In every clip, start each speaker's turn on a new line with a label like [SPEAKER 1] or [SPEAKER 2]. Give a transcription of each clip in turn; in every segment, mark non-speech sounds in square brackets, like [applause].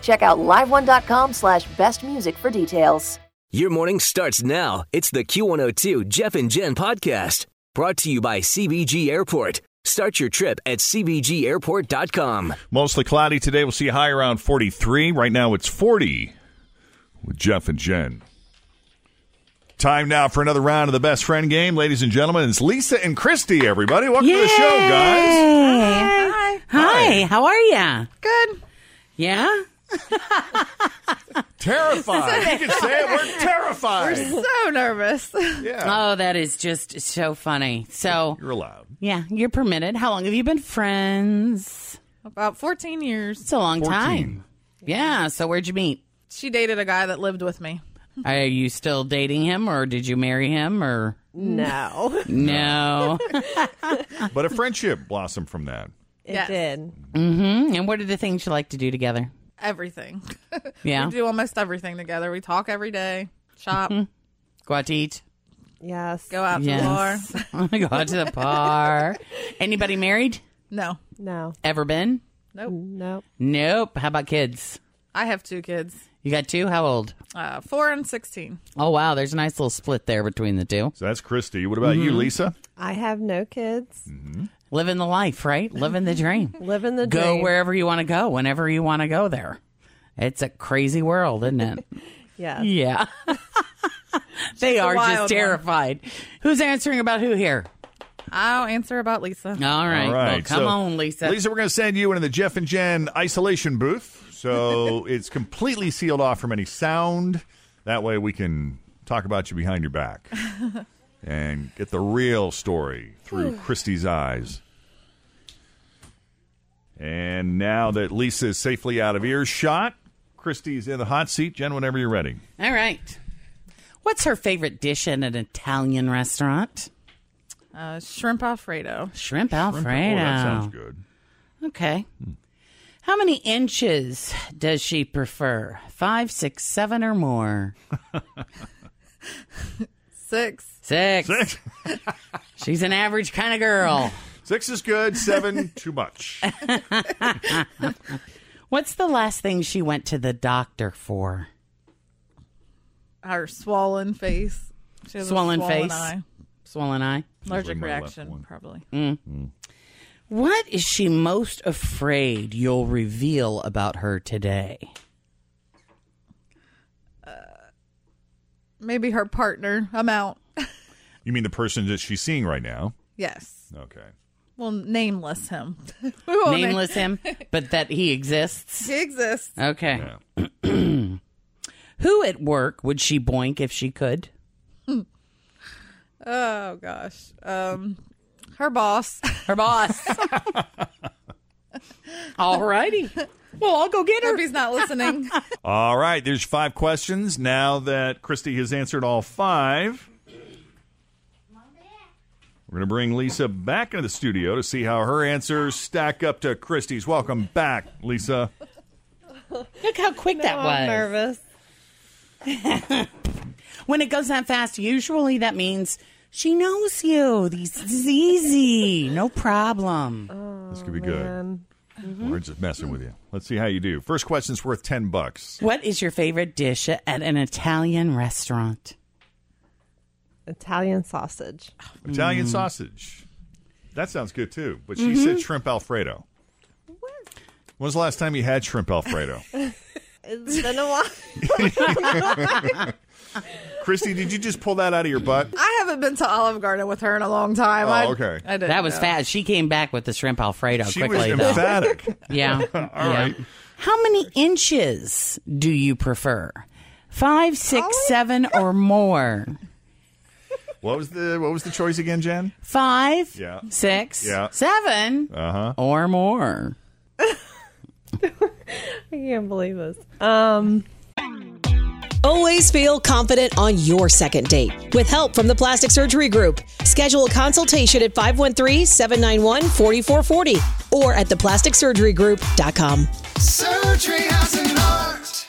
[SPEAKER 1] Check out liveone.com slash best music for details.
[SPEAKER 2] Your morning starts now. It's the Q102 Jeff and Jen podcast brought to you by CBG Airport. Start your trip at CBGAirport.com.
[SPEAKER 3] Mostly cloudy today. We'll see a high around 43. Right now it's 40 with Jeff and Jen. Time now for another round of the best friend game, ladies and gentlemen. It's Lisa and Christy, everybody. Welcome to the show, guys.
[SPEAKER 4] Hi. Hi.
[SPEAKER 3] Hi.
[SPEAKER 4] How are ya?
[SPEAKER 5] Good.
[SPEAKER 4] Yeah.
[SPEAKER 3] Terrified. you can say it. We're terrified.
[SPEAKER 5] So nervous. [laughs]
[SPEAKER 3] yeah.
[SPEAKER 4] Oh, that is just so funny. So,
[SPEAKER 3] You're allowed.
[SPEAKER 4] yeah, you're permitted. How long have you been friends?
[SPEAKER 5] About 14 years.
[SPEAKER 4] It's a long
[SPEAKER 3] 14.
[SPEAKER 4] time. Yeah. So, where'd you meet?
[SPEAKER 5] She dated a guy that lived with me.
[SPEAKER 4] Are you still dating him, or did you marry him, or
[SPEAKER 6] No,
[SPEAKER 4] no? [laughs]
[SPEAKER 3] But a friendship blossomed from that.
[SPEAKER 6] [laughs] it
[SPEAKER 5] Yes.
[SPEAKER 6] did.
[SPEAKER 4] hmm And what are the things you like to do together?
[SPEAKER 5] Everything. [laughs]
[SPEAKER 4] Yeah,
[SPEAKER 5] we do almost everything together. We talk every day, shop,
[SPEAKER 4] go out to eat. [laughs]
[SPEAKER 6] Yes.
[SPEAKER 5] go out to bar.
[SPEAKER 4] Yes. go out to the bar. Anybody married?
[SPEAKER 5] No,
[SPEAKER 6] No.
[SPEAKER 4] Ever been?
[SPEAKER 5] nope.
[SPEAKER 6] Nope.
[SPEAKER 4] Nope. How about kids?
[SPEAKER 5] I have two kids,
[SPEAKER 4] You got two? How old?
[SPEAKER 5] uh, four and 16.
[SPEAKER 4] Oh wow, there's a nice little split there between the two.
[SPEAKER 3] So that's Christy. What about you, Lisa?
[SPEAKER 6] I have no kids.
[SPEAKER 4] Living the life, right? Living the dream.
[SPEAKER 6] Living the
[SPEAKER 4] go
[SPEAKER 6] dream.
[SPEAKER 4] wherever you want to go, whenever you want to go there. It's a crazy world, isn't it?
[SPEAKER 6] Yes.
[SPEAKER 4] yeah. they are
[SPEAKER 5] wild
[SPEAKER 4] just
[SPEAKER 5] one.
[SPEAKER 4] terrified. Who's answering about who here?
[SPEAKER 5] I'll answer about Lisa.
[SPEAKER 4] All right.
[SPEAKER 3] All right.
[SPEAKER 4] Well, come
[SPEAKER 3] so-
[SPEAKER 4] on, Lisa.
[SPEAKER 3] Lisa, we're going to send you into the Jeff and Jen isolation booth.
[SPEAKER 4] [laughs]
[SPEAKER 3] So it's completely sealed off from any sound. That way we can talk about you behind your
[SPEAKER 4] [laughs]
[SPEAKER 3] back and get the real story through Christy's eyes. And now that Lisa is safely out of earshot, Christy's in the hot seat. Jen, whenever you're ready.
[SPEAKER 4] All right. What's her favorite dish in an Italian restaurant?
[SPEAKER 5] Uh, shrimp Alfredo.
[SPEAKER 4] Shrimp
[SPEAKER 3] Shrimp-
[SPEAKER 4] Alfredo.
[SPEAKER 3] Oh, that sounds good. Hmm.
[SPEAKER 4] Okay. How many inches does she prefer? Five, six, seven, or more?
[SPEAKER 5] Six.
[SPEAKER 4] Six.
[SPEAKER 3] Six,
[SPEAKER 4] [laughs] She's an average kind of girl.
[SPEAKER 3] six is good. Seven, too
[SPEAKER 4] [laughs]
[SPEAKER 3] much.
[SPEAKER 4] What's the last thing she went to the doctor for?
[SPEAKER 5] Her swollen face. She has a
[SPEAKER 4] Swollen face.
[SPEAKER 5] eye.
[SPEAKER 4] Swollen eye.
[SPEAKER 5] Allergic
[SPEAKER 3] my left
[SPEAKER 5] reaction,
[SPEAKER 3] one.
[SPEAKER 5] probably.
[SPEAKER 4] What is she most afraid you'll reveal about her today?
[SPEAKER 5] Maybe her partner. I'm out.
[SPEAKER 3] You mean the person that she's seeing right now?
[SPEAKER 5] Yes.
[SPEAKER 3] Okay.
[SPEAKER 5] We'll nameless him. [laughs] We
[SPEAKER 4] Oh,
[SPEAKER 5] won't name-
[SPEAKER 4] Nameless him, but that he
[SPEAKER 5] [laughs]
[SPEAKER 4] exists.
[SPEAKER 5] He exists.
[SPEAKER 4] Okay.
[SPEAKER 3] Yeah.
[SPEAKER 4] [clears throat] Who at work would she boink if she could?
[SPEAKER 5] Oh gosh. Um her boss. [laughs]
[SPEAKER 4] Her boss. [laughs] All righty. Well, I'll go get her.
[SPEAKER 5] Hope he's not listening.
[SPEAKER 3] All right, there's five questions. Now that Christy has answered all five, we're going to bring Lisa back into the studio to see how her answers stack up to Christy's. Welcome back, Lisa.
[SPEAKER 4] Look how quick that was.
[SPEAKER 6] I'm nervous.
[SPEAKER 4] [laughs] When it goes that fast, usually that means she knows you. These this is easy. No problem.
[SPEAKER 3] This could be good. We're just messing with you. Let's see how you do. First question's worth 10 bucks.
[SPEAKER 4] What is your favorite dish at an Italian restaurant?
[SPEAKER 6] Italian sausage.
[SPEAKER 3] Italian sausage. That sounds good too, but she said shrimp alfredo. What? When was the last time you had shrimp alfredo?
[SPEAKER 6] It's been a while. [laughs]
[SPEAKER 3] Christy, did you just pull that out of your butt?
[SPEAKER 5] [laughs] I haven't been to Olive Garden with her in a long time.
[SPEAKER 3] Oh,
[SPEAKER 5] I-
[SPEAKER 3] okay.
[SPEAKER 5] I didn't
[SPEAKER 4] That was
[SPEAKER 5] know.
[SPEAKER 4] fast. She came back with the shrimp Alfredo
[SPEAKER 3] She was
[SPEAKER 4] quickly, though. [laughs]
[SPEAKER 3] emphatic.
[SPEAKER 4] Yeah.
[SPEAKER 3] [laughs]
[SPEAKER 4] All right.
[SPEAKER 3] right.
[SPEAKER 4] How many inches do you prefer? Five, six, seven, or more?
[SPEAKER 3] what was the What was the choice again, Jen?
[SPEAKER 4] Five,
[SPEAKER 3] Yeah.
[SPEAKER 4] six,
[SPEAKER 3] Yeah. Uh-huh.
[SPEAKER 4] seven, or more.
[SPEAKER 6] I can't believe this. Um,
[SPEAKER 7] Always feel confident on your second date. With help from the Plastic Surgery Group, schedule a consultation at 513 791 4440 or at theplasticsurgerygroup.com.
[SPEAKER 8] Surgery has an art.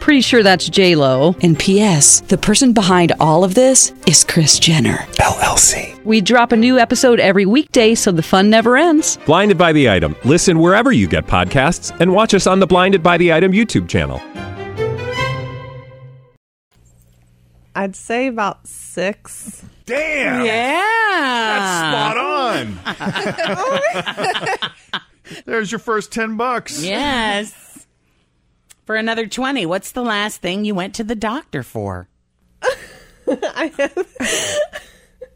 [SPEAKER 9] Pretty sure that's J Lo. And P.S. The person behind all of this is Chris Jenner
[SPEAKER 10] LLC.
[SPEAKER 9] We drop a new episode every weekday, so the fun never ends.
[SPEAKER 10] Blinded by the item. Listen wherever you get podcasts, and watch us on the Blinded by the Item YouTube channel.
[SPEAKER 6] I'd say about six. [laughs]
[SPEAKER 3] Damn.
[SPEAKER 4] Yeah.
[SPEAKER 3] Spot on.
[SPEAKER 4] [laughs]
[SPEAKER 3] There's your first 10 bucks.
[SPEAKER 4] Yes. For another 20, what's the last thing you went to the doctor for?
[SPEAKER 6] [laughs]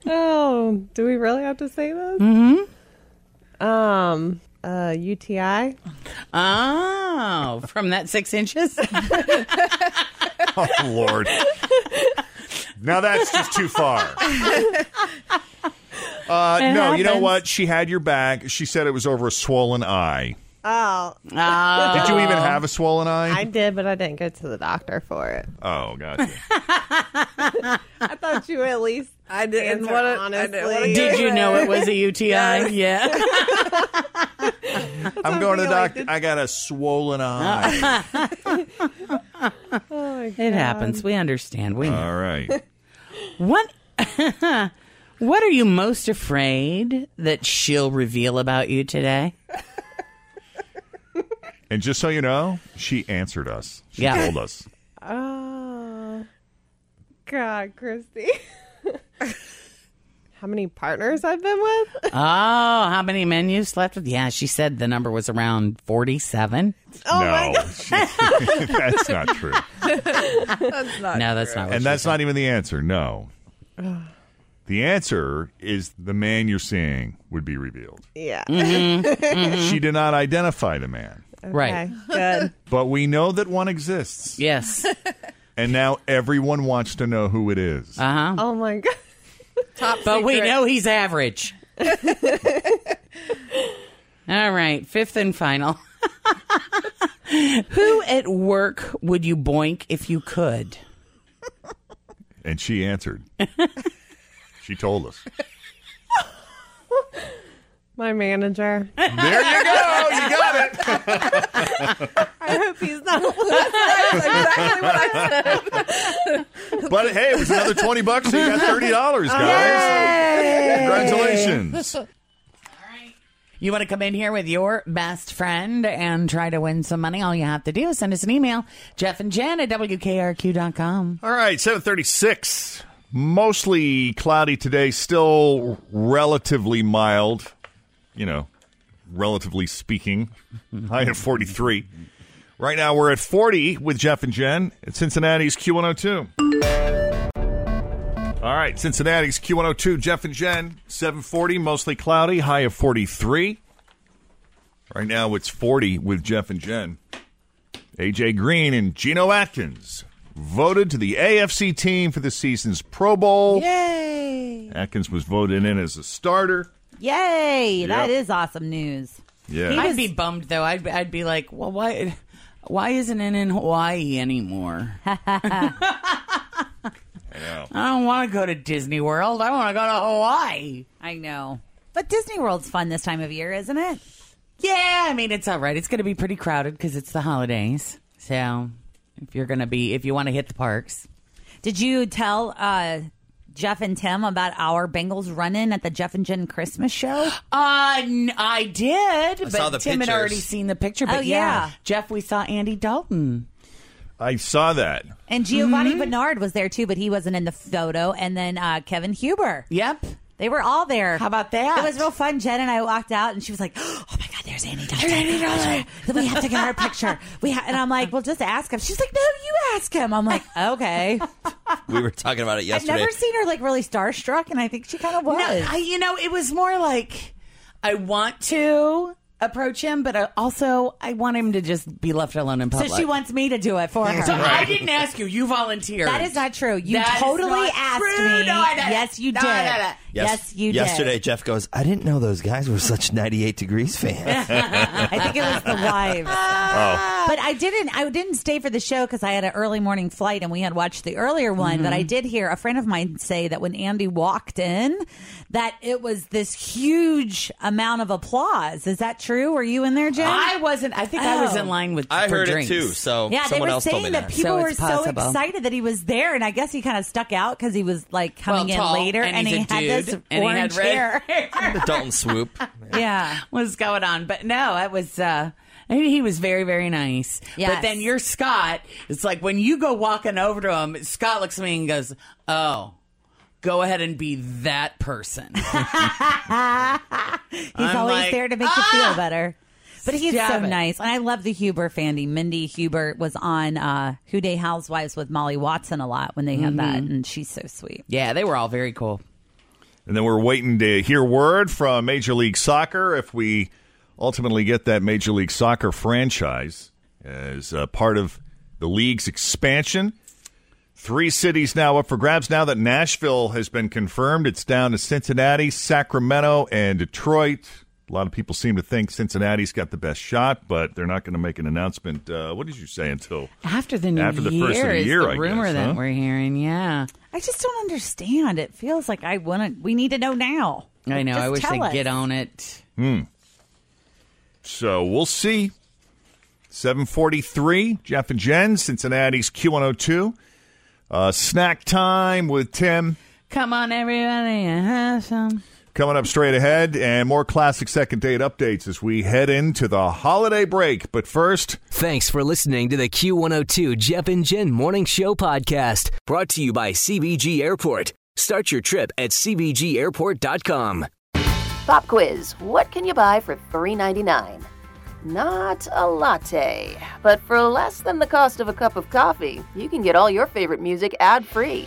[SPEAKER 6] Oh, do we really have to say this? Mm-hmm. Um, uh, UTI.
[SPEAKER 4] Oh, from that six inches?
[SPEAKER 3] Oh, Lord. Now that's just too
[SPEAKER 4] [laughs]
[SPEAKER 3] far. Uh, no, you know
[SPEAKER 4] happens.
[SPEAKER 3] what? She had your back. She said it was over a swollen eye.
[SPEAKER 6] Oh,
[SPEAKER 4] [laughs] Oh,
[SPEAKER 3] Did you even have a swollen
[SPEAKER 6] I
[SPEAKER 3] eye?
[SPEAKER 6] did, but I didn't go to the doctor for
[SPEAKER 5] [laughs]
[SPEAKER 6] it.
[SPEAKER 3] Oh, gotcha.
[SPEAKER 6] I thought you at least.
[SPEAKER 5] I didn't
[SPEAKER 6] Answer
[SPEAKER 5] want to.
[SPEAKER 6] honestly.
[SPEAKER 4] did you know it was a UTI? [laughs] Yeah.
[SPEAKER 3] I'm going to the doctor. I got a swollen
[SPEAKER 4] Uh.
[SPEAKER 3] eye.
[SPEAKER 6] Oh my
[SPEAKER 4] [laughs] It happens. We understand. We know.
[SPEAKER 3] All right.
[SPEAKER 4] What [laughs] What are you most afraid that she'll reveal about you today?
[SPEAKER 3] And just so you know, she answered us. She
[SPEAKER 4] Yeah.
[SPEAKER 3] told us.
[SPEAKER 6] Oh, God, Christy. [laughs] How many partners I've been with?
[SPEAKER 4] Oh, how many men you slept with? Yeah, she said the number was around 47.
[SPEAKER 3] no, [laughs] that's not true.
[SPEAKER 4] no, that's not what
[SPEAKER 3] And that's not even the answer. No. The answer is the man you're seeing would be revealed.
[SPEAKER 6] Yeah.
[SPEAKER 3] She did not identify the man,
[SPEAKER 4] right.
[SPEAKER 6] Okay,
[SPEAKER 3] but we know that one exists.
[SPEAKER 4] Yes.
[SPEAKER 3] And now everyone wants to know who it is.
[SPEAKER 6] good. Oh my God.
[SPEAKER 4] But we know he's average. [laughs] All right, fifth and final. Who at work would you boink if you could?
[SPEAKER 3] and she answered. she told us.
[SPEAKER 6] My manager.
[SPEAKER 3] There you go. You got it.
[SPEAKER 6] I hope he's [laughs] not
[SPEAKER 3] [laughs] But hey, it was another 20 bucks. So you got $30, guys. Congratulations.
[SPEAKER 4] You want to come in here with your best friend and try to win some money? All you have to do is send us an email, Jeff and Jen at WKRQ.com.
[SPEAKER 3] All right, 736. Mostly cloudy today, still relatively mild, you know, relatively speaking. [laughs] High of 43. Right now we're at 40 with Jeff and Jen at Cincinnati's Q102. All right, Cincinnati's Q102, Jeff and Jen, 740, mostly cloudy, high of 43. Right now it's 40 with Jeff and Jen. AJ Green and Geno Atkins voted to the AFC team for the season's Pro Bowl.
[SPEAKER 11] Yay!
[SPEAKER 3] Atkins was voted in as a starter.
[SPEAKER 11] Yay! That
[SPEAKER 3] Yep.
[SPEAKER 11] is awesome news.
[SPEAKER 3] Yeah.
[SPEAKER 4] I'd be bummed though. I'd, I'd be like, well, why, why isn't it in
[SPEAKER 11] [laughs]
[SPEAKER 4] Hawaii anymore? I don't want to go to Disney World. I want to go to Hawaii.
[SPEAKER 11] I know. But Disney World's fun this time of year, isn't it?
[SPEAKER 4] Yeah, I mean it's all right. It's going to be pretty crowded because it's the holidays. So if you're going to be, if you want to hit the parks,
[SPEAKER 11] Did you tell uh, Jeff and Tim about our Bengals run-in at the Jeff and Jen Christmas show?
[SPEAKER 4] [gasps] Uh, n- I did, but
[SPEAKER 11] saw the
[SPEAKER 4] Tim had
[SPEAKER 11] pictures.
[SPEAKER 4] already seen the picture. But
[SPEAKER 11] Oh,
[SPEAKER 4] yeah.
[SPEAKER 11] yeah.
[SPEAKER 4] Jeff, we saw Andy Dalton.
[SPEAKER 3] I saw that.
[SPEAKER 11] And Giovanni
[SPEAKER 5] Mm-hmm.
[SPEAKER 11] Bernard was there too, but he wasn't in the photo. And then uh, Kevin Huber.
[SPEAKER 4] Yep.
[SPEAKER 11] They were all there. How
[SPEAKER 4] about that?
[SPEAKER 11] It was real fun. Jen and I walked out, and she was like, "Oh my God, there's Andy Dalton. Then we have to get her a picture. We ha-. and I'm like, "Well, just ask him." She's like, "No, you ask him." I'm like, "Okay."
[SPEAKER 12] We were talking about it
[SPEAKER 11] I've
[SPEAKER 12] yesterday.
[SPEAKER 11] never seen her like really starstruck, and I think she kind of was.
[SPEAKER 4] No, I, you know, it was more like I want to approach him, but I also I want him to just be left alone in public.
[SPEAKER 11] so she wants me to do it for her.
[SPEAKER 4] So I didn't ask you. You volunteered.
[SPEAKER 11] That is not true. You
[SPEAKER 4] That is
[SPEAKER 11] totally
[SPEAKER 4] not
[SPEAKER 11] asked
[SPEAKER 4] true.
[SPEAKER 11] me.
[SPEAKER 4] No, I didn't.
[SPEAKER 11] Yes, you
[SPEAKER 4] No,
[SPEAKER 11] did.
[SPEAKER 4] I didn't.
[SPEAKER 11] Yes, you did.
[SPEAKER 12] Yesterday, Jeff goes, I didn't know those guys were such 98 Degrees
[SPEAKER 11] [laughs]
[SPEAKER 12] fans.
[SPEAKER 11] I think it was the wives.
[SPEAKER 12] Oh.
[SPEAKER 11] But I didn't. I didn't stay for the show because I had an early morning flight, and we had watched the earlier one. But I did hear a friend of mine say that when Andy walked in, that it was this huge amount of applause. Is that true? Were you in there, Jen?
[SPEAKER 4] I wasn't. I think I was
[SPEAKER 11] Oh.
[SPEAKER 4] in line with.
[SPEAKER 12] I
[SPEAKER 4] for
[SPEAKER 12] heard
[SPEAKER 4] drinks.
[SPEAKER 12] it too, so
[SPEAKER 11] yeah,
[SPEAKER 12] someone
[SPEAKER 11] they were
[SPEAKER 12] else
[SPEAKER 11] saying
[SPEAKER 12] told me
[SPEAKER 11] that,
[SPEAKER 12] that.
[SPEAKER 11] people
[SPEAKER 4] So
[SPEAKER 11] were
[SPEAKER 4] it's
[SPEAKER 11] so
[SPEAKER 4] possible.
[SPEAKER 11] excited that he was there, and I guess he kind of stuck out because he was like coming
[SPEAKER 4] Well, tall,
[SPEAKER 11] in later,
[SPEAKER 4] and
[SPEAKER 11] and,
[SPEAKER 4] he's
[SPEAKER 11] he
[SPEAKER 4] a
[SPEAKER 11] had
[SPEAKER 4] dude,
[SPEAKER 11] this
[SPEAKER 4] and he had
[SPEAKER 11] orange
[SPEAKER 4] red-
[SPEAKER 11] hair.
[SPEAKER 12] [laughs] Dalton Swoop.
[SPEAKER 11] [laughs] yeah,
[SPEAKER 4] [laughs] was going on, but no, it was. uh he he was very, very nice. But
[SPEAKER 11] Yes.
[SPEAKER 4] then your Scott, it's like when you go walking over to him, Scott looks at me and goes, Oh, go ahead and be
[SPEAKER 11] [laughs]
[SPEAKER 4] that person.
[SPEAKER 11] He's
[SPEAKER 4] I'm
[SPEAKER 11] always
[SPEAKER 4] like, "Ah!"
[SPEAKER 11] there to make you feel better. But he's so
[SPEAKER 4] Stab it.
[SPEAKER 11] nice. And I love the Huber Fandy. Mindy Huber was on uh, Who Day Housewives with Molly Watson a lot when they had that.
[SPEAKER 4] Mhm.
[SPEAKER 11] And she's so sweet.
[SPEAKER 4] yeah, they were all very cool.
[SPEAKER 3] And then we're waiting to hear word from Major League Soccer if we ultimately get that Major League Soccer franchise as uh, part of the league's expansion. Three cities now up for grabs. Now that Nashville has been confirmed, it's down to Cincinnati, Sacramento, and Detroit. A lot of people seem to think Cincinnati's got the best shot, but they're not going to make an announcement. Uh, what did you say until
[SPEAKER 4] After the new
[SPEAKER 3] After the
[SPEAKER 4] year,
[SPEAKER 3] first of the
[SPEAKER 4] is
[SPEAKER 3] year,
[SPEAKER 4] the
[SPEAKER 3] I
[SPEAKER 4] rumor
[SPEAKER 3] guess,
[SPEAKER 4] that
[SPEAKER 3] huh?
[SPEAKER 4] we're hearing. Yeah,
[SPEAKER 11] I just don't understand. It feels like I want to, we need to know now.
[SPEAKER 4] I know.
[SPEAKER 11] Just
[SPEAKER 4] I wish
[SPEAKER 11] tell
[SPEAKER 4] they'd
[SPEAKER 11] us.
[SPEAKER 4] get on it.
[SPEAKER 3] Hmm. So we'll see. 743, Jeff and Jen, Cincinnati's Q102. Uh, snack time with Tim
[SPEAKER 4] Come on, everybody, and have some.
[SPEAKER 3] coming up straight ahead, and more classic second date updates as we head into the holiday break. But first,
[SPEAKER 2] Thanks for listening to the Q102 Jeff and Jen Morning Show podcast, brought to you by CBG Airport. Start your trip at CBGAirport.com.
[SPEAKER 1] Pop quiz What can you buy for $3.99? Not a latte, but for less than the cost of a cup of coffee, you can get all your favorite music ad free.